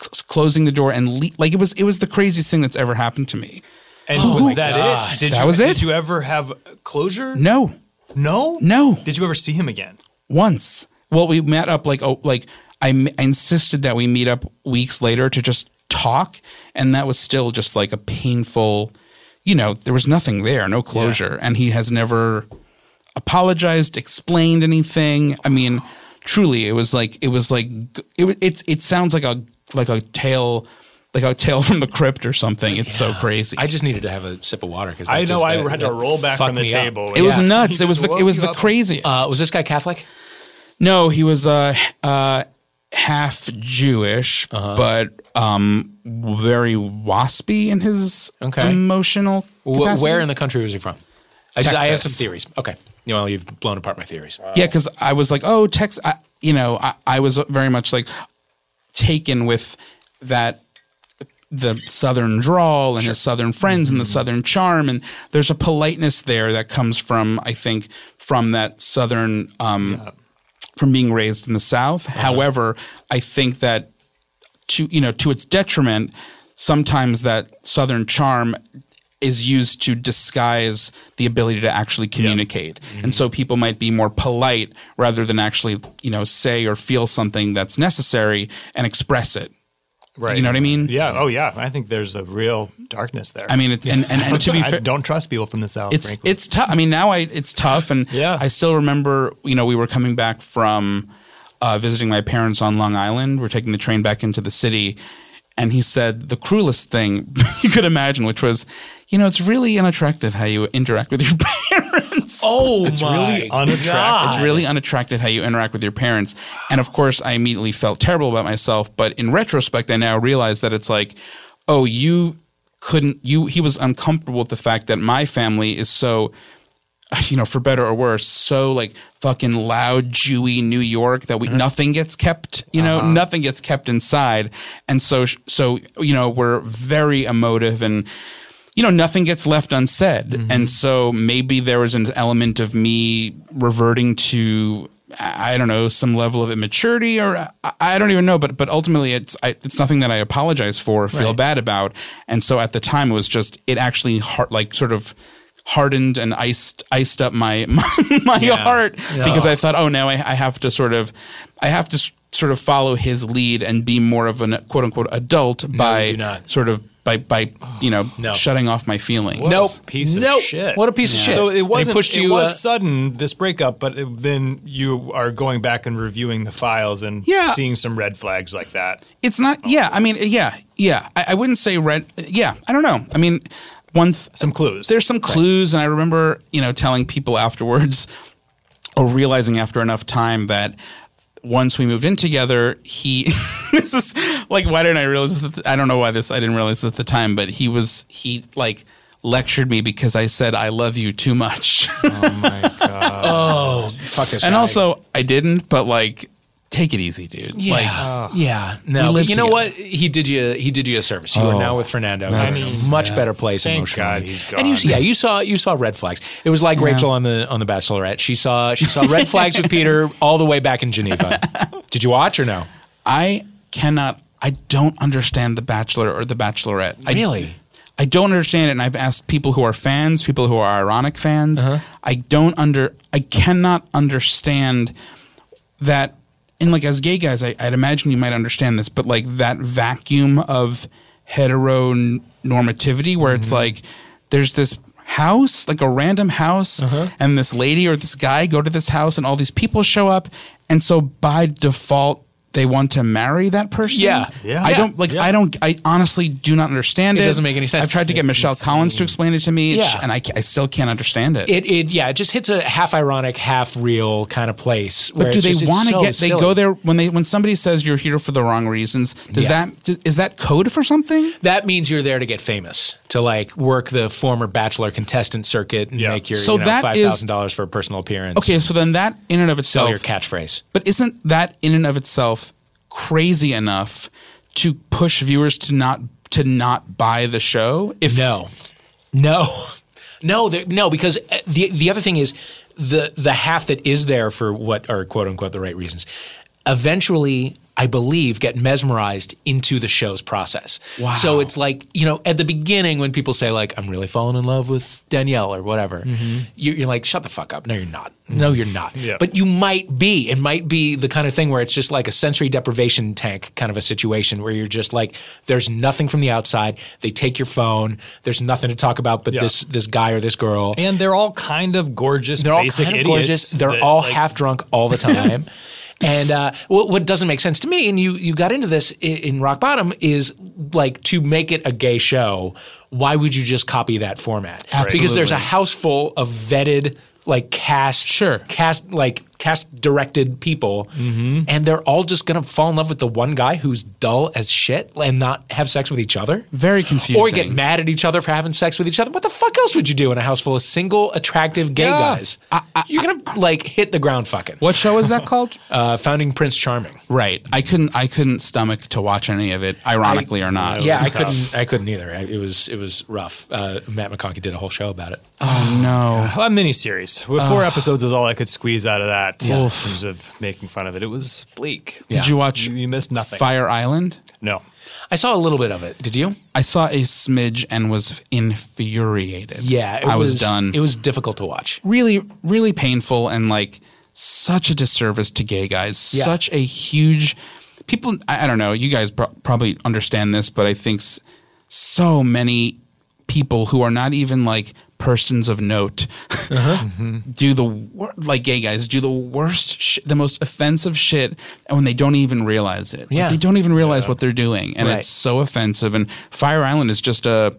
cl- closing the door, and le- like it was it was the craziest thing that's ever happened to me.
And was Oh that it? Did
That
you,
was it.
Did you ever have closure?
No,
No.
No.
Did you ever see him again?
once. Well, we met up like oh, like I, m- I insisted that we meet up weeks later to just talk, and that was still just like a painful, you know, there was nothing there, no closure, and he has never apologized, explained anything. I mean, truly, it was like it was like g- it wa- it's it sounds like a like a tale. Like a tale from the crypt or something. It's so crazy.
I just needed to have a sip of water because
I know I had to roll back from the table.
it
Yeah.
was nuts.
He
It was
just
the it
woke
was
you
the
up.
craziest.
Uh, was this guy Catholic?
No, he was uh, h- uh, half Jewish,
Uh-huh.
but um, very waspy in his
Okay.
emotional.
Wh-
capacity.
where in the country was he from? I, just, I have some
Texas.
theories. Okay. You know, you've blown apart my theories.
Yeah, because I was like, oh, Texas. I, you know, I, I was very much like taken with that the southern drawl and his southern friends and the
Mm-hmm.
southern charm and there's a politeness there that comes from I think from that southern um, from being raised in the South.
Uh-huh.
However, I think that to you know to its detriment, sometimes that Southern charm is used to disguise the ability to actually communicate,
Mm-hmm.
and so people might be more polite rather than actually you know say or feel something that's necessary and express it.
Right.
You know what I mean?
Yeah. Oh, yeah. I think there's a real darkness there.
I mean, it, and, and and to be
I
fair,
don't trust people from the south.
it's
frankly.
it's tough. I mean, now I it's tough, and
Yeah.
I still remember. You know, we were coming back from uh, visiting my parents on Long Island. We're taking the train back into the city, and he said the cruelest thing you could imagine, which was, you know, it's really unattractive how you interact with your parents.
Oh, it's
really unattractive.
It's really unattractive how you interact with your parents. And of course, I immediately felt terrible about myself. But in retrospect, I now realize that it's like, oh, you couldn't, you, he was uncomfortable with the fact that my family is so, uh, you know, for better or worse, so like fucking loud, Jewy New York that we, nothing gets kept, you know, nothing gets kept inside. And so, so, you know, we're very emotive and, you know, nothing gets left unsaid. And so maybe there was an element of me reverting to I I don't know some level of immaturity or I, I don't even know but but ultimately it's I, it's nothing that I apologize for or feel bad about and so at the time it was just it actually heart like sort of hardened and iced iced up my my, my heart because I thought oh now I, I have to sort of I have to s- sort of follow his lead and be more of an quote unquote adult by
do not.
sort of by by you know
No.
shutting off my feelings
Nope.
Piece of
Nope.
shit.
What a piece of shit.
So it wasn't.
They pushed
it
you,
was
uh,
sudden this breakup, but it- then you are going back and reviewing the files and
Yeah.
seeing some red flags like that.
It's not. Yeah, I mean, yeah, yeah. I, I wouldn't say red. Yeah, I don't know. I mean, one. Th-
Some clues.
There's some clues, and I remember, you know, telling people afterwards, or realizing after enough time that once we moved in together, he. this is like why didn't I realize this? at the- I don't know why this. I didn't realize this at the time, but he was he like lectured me because I said I love you too much.
Fuck this
and
guy.
also I didn't, but like take it easy, dude.
Yeah,
Like
yeah. No,
live
but you know
together. Oh,
what? He did you. He did you a service. You are now with Fernando. You're
that's-
in a much better place
Thank
emotionally.
God he's
And you,
gone.
yeah, you saw you saw red flags. It was like Rachel on the on the Bachelorette. She saw she saw red flags with Peter all the way back in Geneva. Did you watch or no?
I cannot. I don't understand The Bachelor or The Bachelorette. I-
Really?
I, don't understand it, and I've asked people who are fans, people who are ironic fans. I don't under. I cannot understand that. And like as gay guys, I, I'd imagine you might understand this, but like that vacuum of heteronormativity, where
Mm-hmm.
it's like there's this house, like a random house,
Uh-huh.
and this lady or this guy go to this house, and all these people show up, and so by default. They want to marry that person.
Yeah. Yeah.
I don't like. I don't. I honestly do not understand it.
It doesn't make any sense.
I've tried to get Michelle Collins to explain it to me,
Yeah.
and I, ca- I still can't understand it.
It, it yeah. It just hits a half ironic, half real kind of place.
But do they want to get? They go there when they when somebody says you're here for the wrong reasons. Does
Yeah.
that d- is that code for something?
That means you're there to get famous, to like work the former Bachelor contestant circuit and make your
So
you know,
that
five
is-
thousand dollars for a personal appearance.
Okay, so then that in and of
sell
itself,
your catchphrase.
but isn't that in and of itself crazy enough to push viewers to not to not buy the show? If
No, no, no, there- no. Because uh, the the other thing is the the half that is there for what are quote unquote the right reasons. Eventually, I believe get mesmerized into the show's process. Wow. So it's like you know at the beginning when people say like I'm really falling in love with Danielle or whatever, you're, you're like shut the fuck up. No, you're not. No, you're not. But you might be. It might be the kind of thing where it's just like a sensory deprivation tank kind of a situation where you're just like, there's nothing from the outside. They take your phone. There's nothing to talk about but this this guy or this girl.
and they're all kind of gorgeous.
They're all
basic
kind of
idiots
gorgeous. They're
that,
all
like,
half drunk all the time. and uh, what, what doesn't make sense to me, and you you got into this in, in Rock Bottom, is like to make it a gay show. Why would you just copy that format? Because there's a house full of vetted like cast
Sure.
cast like cast directed people
Mm-hmm.
and they're all just gonna fall in love with the one guy who's dull as shit and not have sex with each other
Very confusing.
or get mad at each other for having sex with each other. What the fuck else would you do in a house full of single, attractive gay guys? You're gonna like hit the ground fucking.
what show is that called?
Uh, founding Prince Charming.
Right. I couldn't. I couldn't stomach to watch any of it, ironically or not.
yeah, I couldn't. I couldn't either. I, it was it was rough. Uh, Matt McConkie did a whole show about it.
Oh no.
a miniseries. With four episodes was all I could squeeze out of that in terms of making fun of it. It was bleak.
Did you watch?
You, you missed nothing.
Fire Island.
No.
I saw a little bit of it. Did you?
I saw a smidge and was infuriated.
Yeah, it
I was, done.
It was difficult to watch.
really, really painful and like such a disservice to gay guys.
Yeah.
Such a huge people. I, I don't know. You guys pro- probably understand this, but I think s- so many people who are not even like persons of note
Uh-huh.
do the wor- like gay guys do the worst, sh- the most offensive shit when they don't even realize it. Like,
Yeah.
they don't even realize what they're doing, and
Right.
it's so offensive. And Fire Island is just a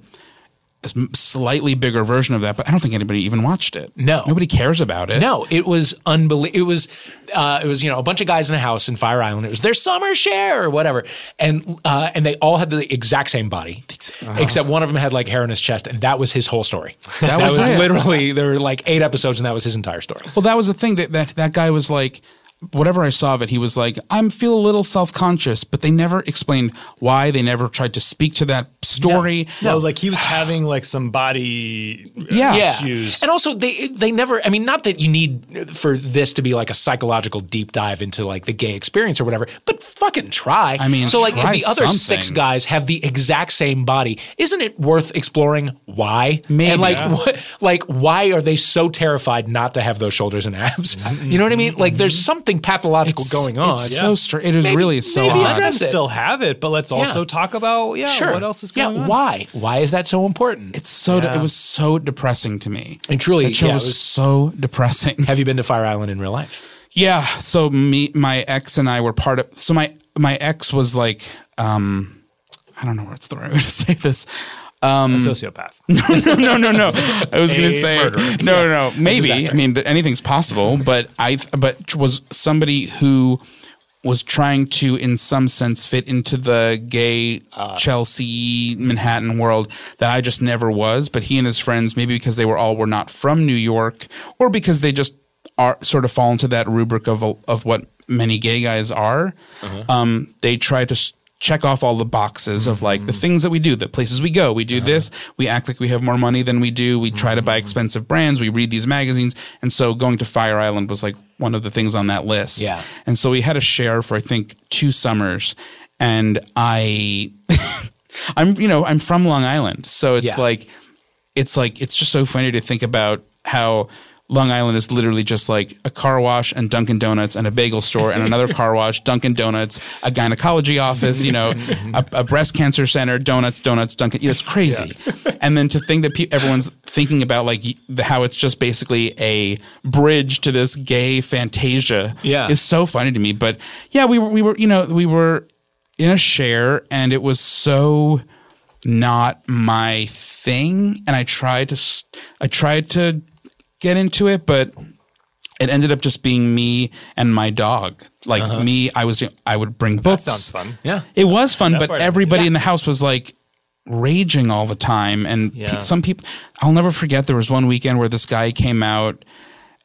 slightly bigger version of that, but I don't think anybody even watched it.
No.
nobody cares about it.
No, it was unbelievable. It was, uh, it was you know a bunch of guys in a house in Fire Island. It was their summer share or whatever, and uh, and they all had the exact same body,
Uh-huh.
except one of them had like hair on his chest, and that was his whole story. That,
was
was,
it.
literally there were like eight episodes, and that was his entire story.
Well, that was the thing that that that guy was like. whatever I saw of it, he was like, I'm feel a little self conscious, but they never explained why. They never tried to speak to that story.
No, like he was having like some body uh,
Yeah. Yeah.
issues.
And also, they they never. I mean, not that you need for this to be like a psychological deep dive into like the gay experience or whatever, but fucking try. I
mean,
so like if
try
the other six
something.
guys have the exact same body, isn't it worth exploring why?
Maybe.
And like what? Like why are they so terrified not to have those shoulders and abs? You know what I mean? Like there's something pathological going on.
Mm-hmm. It's so strange. It is
Maybe-
really so
maybe
odd.
address it.
Still have it, but let's also talk about yeah,
Sure.
what else is going
yeah,
on?
Why? Why is that so important?
It's so it was so depressing to me.
And truly,
that show
yeah, it
was,
was-
so depressing.
have you been to Fire Island in real life?
Yeah. So me, my ex, and I were part of. So my my ex was like, um, I don't know what's the right way to say this. Um,
A sociopath.
no, no, no, no. I was going to
A
say
murderer.
no, no, no. Maybe I mean th- anything's possible, but I but was somebody who was trying to, in some sense, fit into the gay
Uh.
uh, Chelsea Manhattan world that I just never was. But he and his friends, maybe because they were all were not from New York, or because they just are sort of fall into that rubric of of what many gay guys are.
Uh-huh.
Um, they try to s- check off all the boxes of like the things that we do, the places we go. We do this. We act like we have more money than we do. We try to buy expensive brands. We read these magazines, and so going to Fire Island was like one of the things on that list.
Yeah.
and so we had a share for I think two summers, and I, I'm you know I'm from Long Island, so it's
Yeah.
like it's like it's just so funny to think about how Long Island is literally just like a car wash and Dunkin' Donuts and a bagel store and another car wash, Dunkin' Donuts, a gynecology office, you know, a, a breast cancer center, donuts, donuts, Dunkin'. You know, it's crazy. And then to think that pe- everyone's thinking about like y- the- how it's just basically a bridge to this gay fantasia
Yeah.
is so funny to me. But yeah, we were, we were, you know, we were in a share and it was so not my thing and i tried to s- i tried to get into it but it ended up just being me and my dog like me i was i would bring books
Uh-huh. sounds fun.
Yeah.
it was fun but
part of it.
everybody in the house was like raging all the time and pe-
Yeah.
some people i'll never forget there was one weekend where this guy came out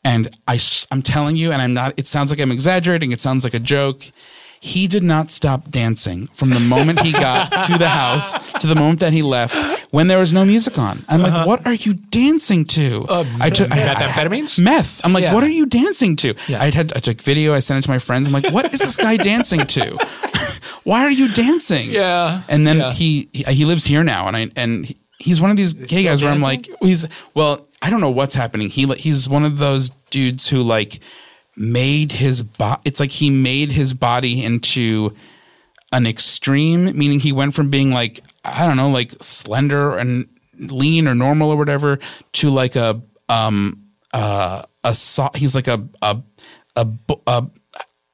and I, am telling you, and I'm not, it sounds like I'm exaggerating. It sounds like a joke. He did not stop dancing from the moment he got to the house to the moment that he left when there was no music on. I'm
Uh-huh.
like, what are you dancing to?
Oh,
I took I- I-
methamphetamines?
meth. I'm like,
Yeah.
what are you dancing to? I had I took video. I sent it to my friends. I'm like, what is this guy dancing to? Why are you dancing?
Yeah.
And then
Yeah.
he, he he lives here now, and I and he- he's one of these gay guys where I'm like, he's well, I don't know what's happening. He li- he's one of those dudes who like made his body. It's like he made his body into an extreme, meaning he went from being like, I don't know, like slender and lean or normal or whatever to like a, um, uh, a, so- he's like a, a, a, bu- a,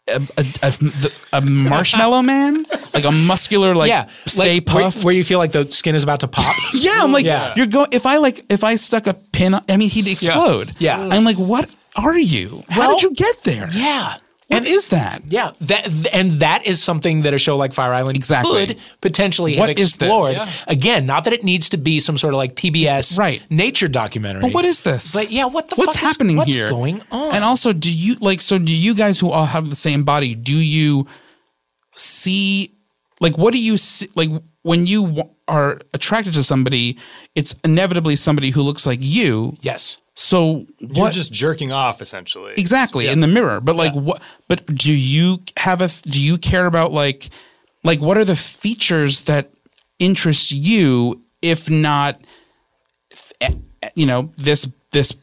a, a, a, the- a marshmallow man, like a muscular, like,
yeah.
stay
like, where-
puffed.
Where, you feel like the skin is about to pop.
Yeah, I'm like,
Yeah.
you're going. If I like, if I stuck a pin, on- I mean, he'd explode.
Yeah.
I'm like, what are you? How
Well,
did you get there?
yeah.
What is that?
Yeah, that and that is something that a show like Fire Island
Exactly.
could potentially
What
have
is this?
explored. Again, not that it needs to be some sort of like PBS
Right.
nature documentary.
But what is this?
But yeah, what the
what's
fuck is-
happening
what's
here?
going on?
And also, do you like? So, do you guys who all have the same body? Do you see? Like, what do you see? Like, when you w- are attracted to somebody, it's inevitably somebody who looks like you.
Yes.
So what?
You're just jerking off essentially.
exactly in the mirror. But like, what? But do you have a? Do you care about like, like what are the features that interest you? If not you know this this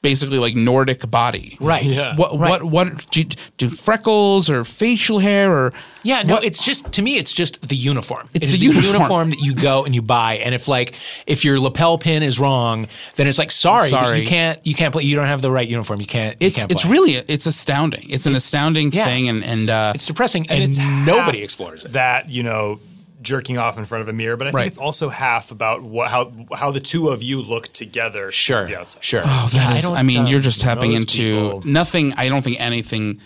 basically like Nordic body,
Right.
Yeah.
What
Right.
what what do, you- do freckles or facial hair or
Yeah, no,
what-
it's just to me, it's just the uniform.
It's
It is
the uniform.
that you go and you buy. And if like if your lapel pin is wrong, then it's like sorry, but
Sorry.
you can't you can't play. You don't have the right uniform. You can't. you
it's
can't
it's
play.
really it's astounding. It's an astounding
yeah.
thing, and and uh,
it's depressing, and, it's nobody explores it.
That, you know, jerking off in front of a mirror, but I think
Right.
it's also half about what how how the two of you look together.
Sure.
from the outside.
Sure.
oh, that is- I, mean,
uh,
you're just tapping
those
into
people-
nothing. I don't think anything,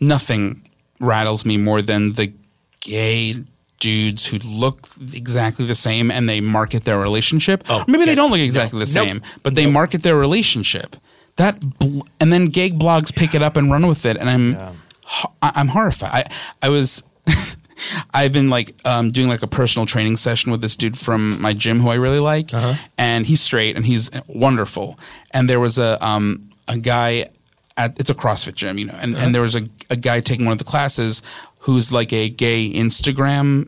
nothing rattles me more than the gay dudes who look exactly the same and they market their relationship. Oh, Maybe they don't look exactly the same, but they market their relationship. That bl- and then gay blogs pick it up and run with it, and I'm ho- I- I'm horrified. I, I was. I've been like um, doing like a personal training session with this dude from my gym who I really like, and he's straight and he's wonderful. And there was a um, a guy at it's a CrossFit gym, you know, and, and there was a, a guy taking one of the classes who's like a gay Instagram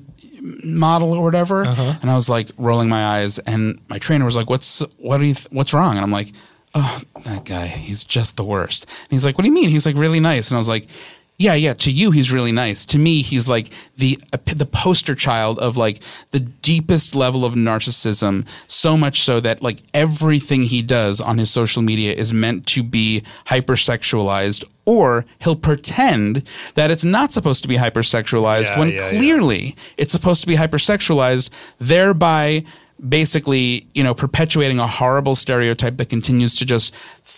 model or whatever,
Uh-huh.
and I was like rolling my eyes, and my trainer was like, "What's what do you th- what's wrong?" And I'm like, "Oh, that guy, he's just the worst." And he's like, "What do you mean?" He's like, "Really nice," and I was like. Yeah, yeah. To you, he's really nice. To me, he's like the the poster child of like the deepest level of narcissism. So much so that like everything he does on his social media is meant to be hypersexualized, or he'll pretend that it's not supposed to be hypersexualized
Yeah,
when
yeah, yeah.
clearly it's supposed to be hypersexualized, thereby basically you know perpetuating a horrible stereotype that continues to just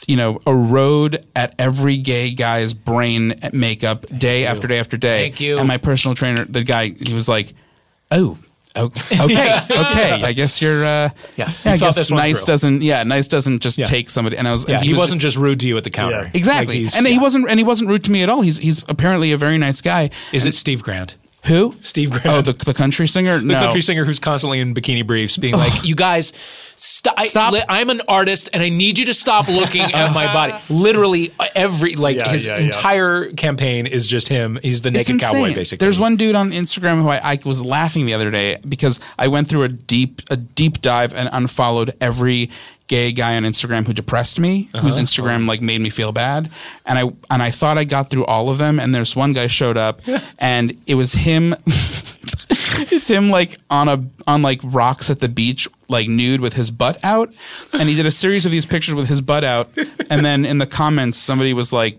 you know erode at every gay guy's brain makeup day after day after day.
Thank you.
And my personal trainer, the guy, he was like, "Oh." o- Okay, okay. I guess you're. Uh,
Yeah.
yeah,
You
I
thought
guess
this one
nice
through.
doesn't. Yeah, nice doesn't just take somebody. And I was. and
Yeah, he,
was-
wasn't just rude to you at the counter.
Yeah.
exactly. and he wasn't. And he wasn't rude to me at all. He's he's apparently a very nice guy.
Is it Steve Grant?
Who?
Steve Grant.
Oh, the, Oh, the country singer.
the
no.
country singer who's constantly in bikini briefs, being like, "You guys, st- I,
Stop.
li- I'm an artist, and I need you to stop looking at my body." Literally, uh, every like
Yeah,
his
yeah, yeah.
entire campaign is just him. He's the
It's
naked cowboy,
insane.
basically.
There's one dude on Instagram who I, I was laughing the other day because I went through a deep a deep dive and unfollowed every gay guy on Instagram who depressed me,
Uh-huh.
whose Instagram like made me feel bad, and I and I thought I got through all of them, and there's one guy showed up, and it was him. it's him like on a on like rocks at the beach like nude with his butt out and he did a series of these pictures with his butt out and then in the comments somebody was like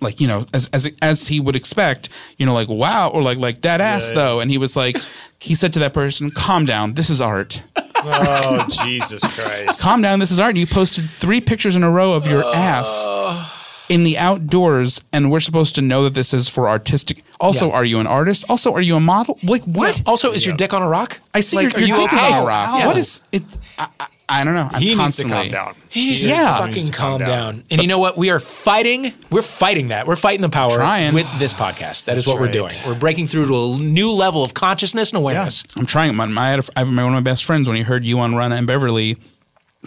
like you know as as as he would expect you know like wow or like like that ass though and he was like he said to that person calm down this is art
Oh Jesus Christ!
calm down this is art you posted three pictures in a row of your ass
Uh.
in the outdoors and we're supposed to know that this is for artistic also are you an artist also are you a model like what
Also, is your dick on a rock?
I see
Oh, Like,
your,
are
your
you
dick is
okay?
on a rock.
Yeah.
What is it? I, I, I don't know. I'm
He needs to
constantly.
calm down.
He needs
Yeah.
to
He needs
fucking
to
calm
calm
down.
down.
And you know what? We are fighting. We're fighting that. We're fighting the power
Trying.
with this podcast. That is what we're
right.
doing. We're breaking through to a new level of consciousness and awareness.
I'm trying. My, my, I had a- one of my best friends when he heard you on Run and Beverly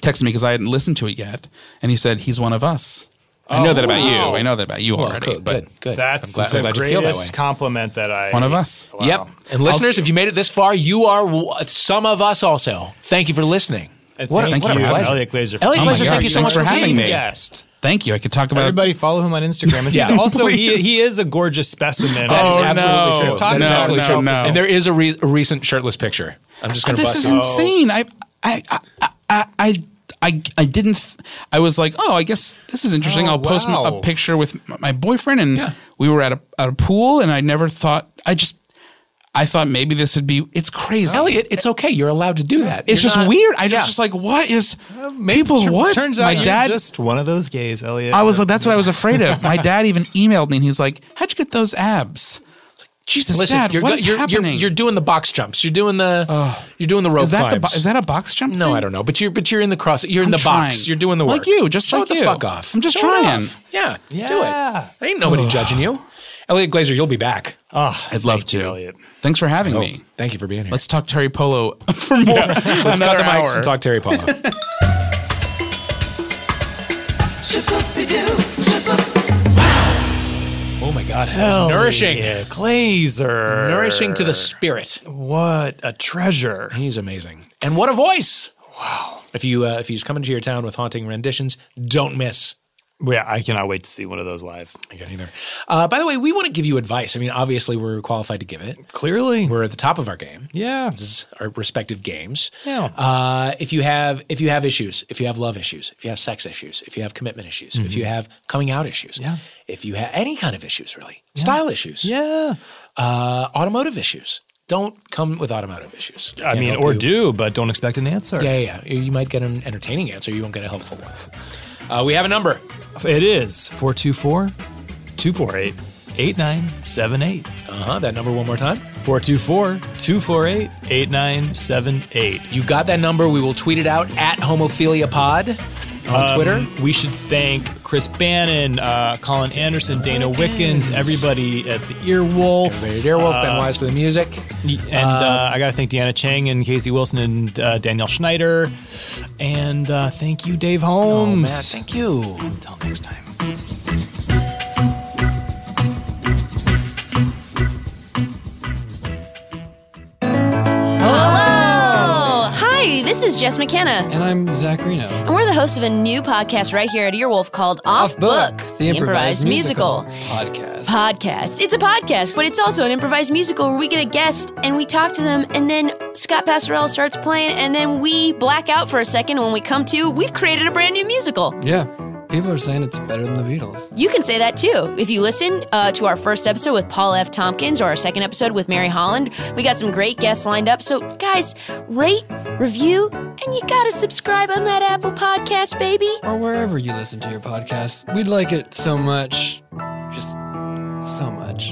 texted me because I hadn't listened to it yet, and he said he's one of us. I know that about
wow.
you. I know that about you
Well,
already.
good,
but
good, good.
That's
I'm glad, I'm
the
glad you feel that way.
greatest compliment that I.
one of us.
Wow.
Yep. And listeners, if you made it this far, you are w- some of us also. Thank you for listening.
And
What a-
Uh, thank
what a
you,
pleasure.
Elliot Glazer.
Elliot
Oh my
Glazer,
God,
thank you so much for,
thanks for having
being
me.
here.
Guest.
Thank you. I could
Uh,
talk about.
Everybody follow him on Instagram. And
Yeah,
yeah. Also, he,
please.
he is a gorgeous specimen.
That is
Oh,
absolutely
no.
true.
Talk
That is
about
absolutely
yourself.
true.
No, no.
And there is a, re- a recent shirtless picture. I'm just going to
this
bust
is
it.
insane. I, I, I, I, I, I, I didn't. Th- I was like, oh, I guess this is interesting.
Oh,
I'll post m-
wow.
a picture with m- my boyfriend, and we were at a, at a pool, and I never thought. I just, I thought maybe this would be. It's crazy.
Oh. Elliot, it's okay. You're allowed to do that.
It's
You're
just
not-
weird. I just,
Yeah. Uh,
just like, what is people? what?
Turns out
my
you're
dad.
just one of those gays, Elliot.
I was like, that's what I was afraid of. My dad even emailed me, and he's like, "How'd you get those abs?" It's like, Jesus,
Listen,
Dad,
you're,
what
go-
is
you're, you're,
happening?
you're doing the box jumps. You're doing the you're doing the rope
is that the bo-
climbs.
is that a box jump?
no,
thing?
I don't know. But you're but you're in the cross. You're in
I'm
the
trying.
box. You're doing the work.
Like you, just
Show
like
it the
you.
fuck off.
I'm just
Show it
trying.
off. Yeah,
Yeah.
do it. Ain't nobody judging you. Elliot Glazer, you'll be back. Oh,
I'd love to. Thanks for having me.
Thank you for being here.
Let's talk Terry Polo for more.
Let's cut
another
the mics
hour.
and talk Terry Polo. oh my God, that was nourishing,
Glazer.
nourishing to the spirit.
What a treasure.
He's amazing, and what a voice! Wow. If you uh, if he's coming to your town with haunting renditions, don't miss.
Yeah, I cannot wait to see one of those live.
Again, either. Uh, by the way, we want to give you advice. I mean, obviously, we're qualified to give it.
Clearly.
We're at the top of our game.
Yeah.
our respective games.
Yeah.
Uh, if you have if you have issues, if you have love issues, if you have sex issues, if you have commitment issues, if you have coming out issues,
Mm-hmm. Yeah.
if you have any kind of issues really, style issues,
Yeah.
uh, automotive issues. Don't come with automotive issues.
I
Can't
mean,
help
or
you.
do, but don't expect an answer.
Yeah, yeah. yeah. You might get an entertaining answer. You won't get a helpful one. Uh, we have a number.
It is 424 248 8978.
Uh huh. That number one more time.
424 248 8978.
You got that number. We will tweet it out at Homophilia Pod.
Um,
on Twitter.
We should thank Chris Bannon, uh, Colin Anderson, Dana Wickens, everybody at the Earwolf.
Everybody at Earwolf,
uh,
Ben Wise for the music. Oh,
And uh, I got to thank Deanna Chang and Casey Wilson and uh, Danielle Schneider. And uh, thank you, Dave
Oh, man,
Holmes.
thank you. Until next time.
Hello! Oh, Hi, this is Jess McKenna,
And I'm Zacharino.
and we're the host of a new podcast right here at Earwolf called Off, Book,
the improvised, musical,
musical.
podcast.
podcast. It's a podcast, but it's also an improvised musical where we get a guest and we talk to them, and then Scott Passarella starts playing, and then we black out for a second. When we come to, we've created a brand new musical.
Yeah, people are saying it's better than the Beatles.
You can say that too. If you listen uh, to our first episode with Paul F. Tompkins or our second episode with Mary Holland, we got some great guests lined up. So, guys, rate, review, and you gotta subscribe on that Apple Podcast, baby.
Or wherever you listen to your podcast. We'd like it so much. Just so much.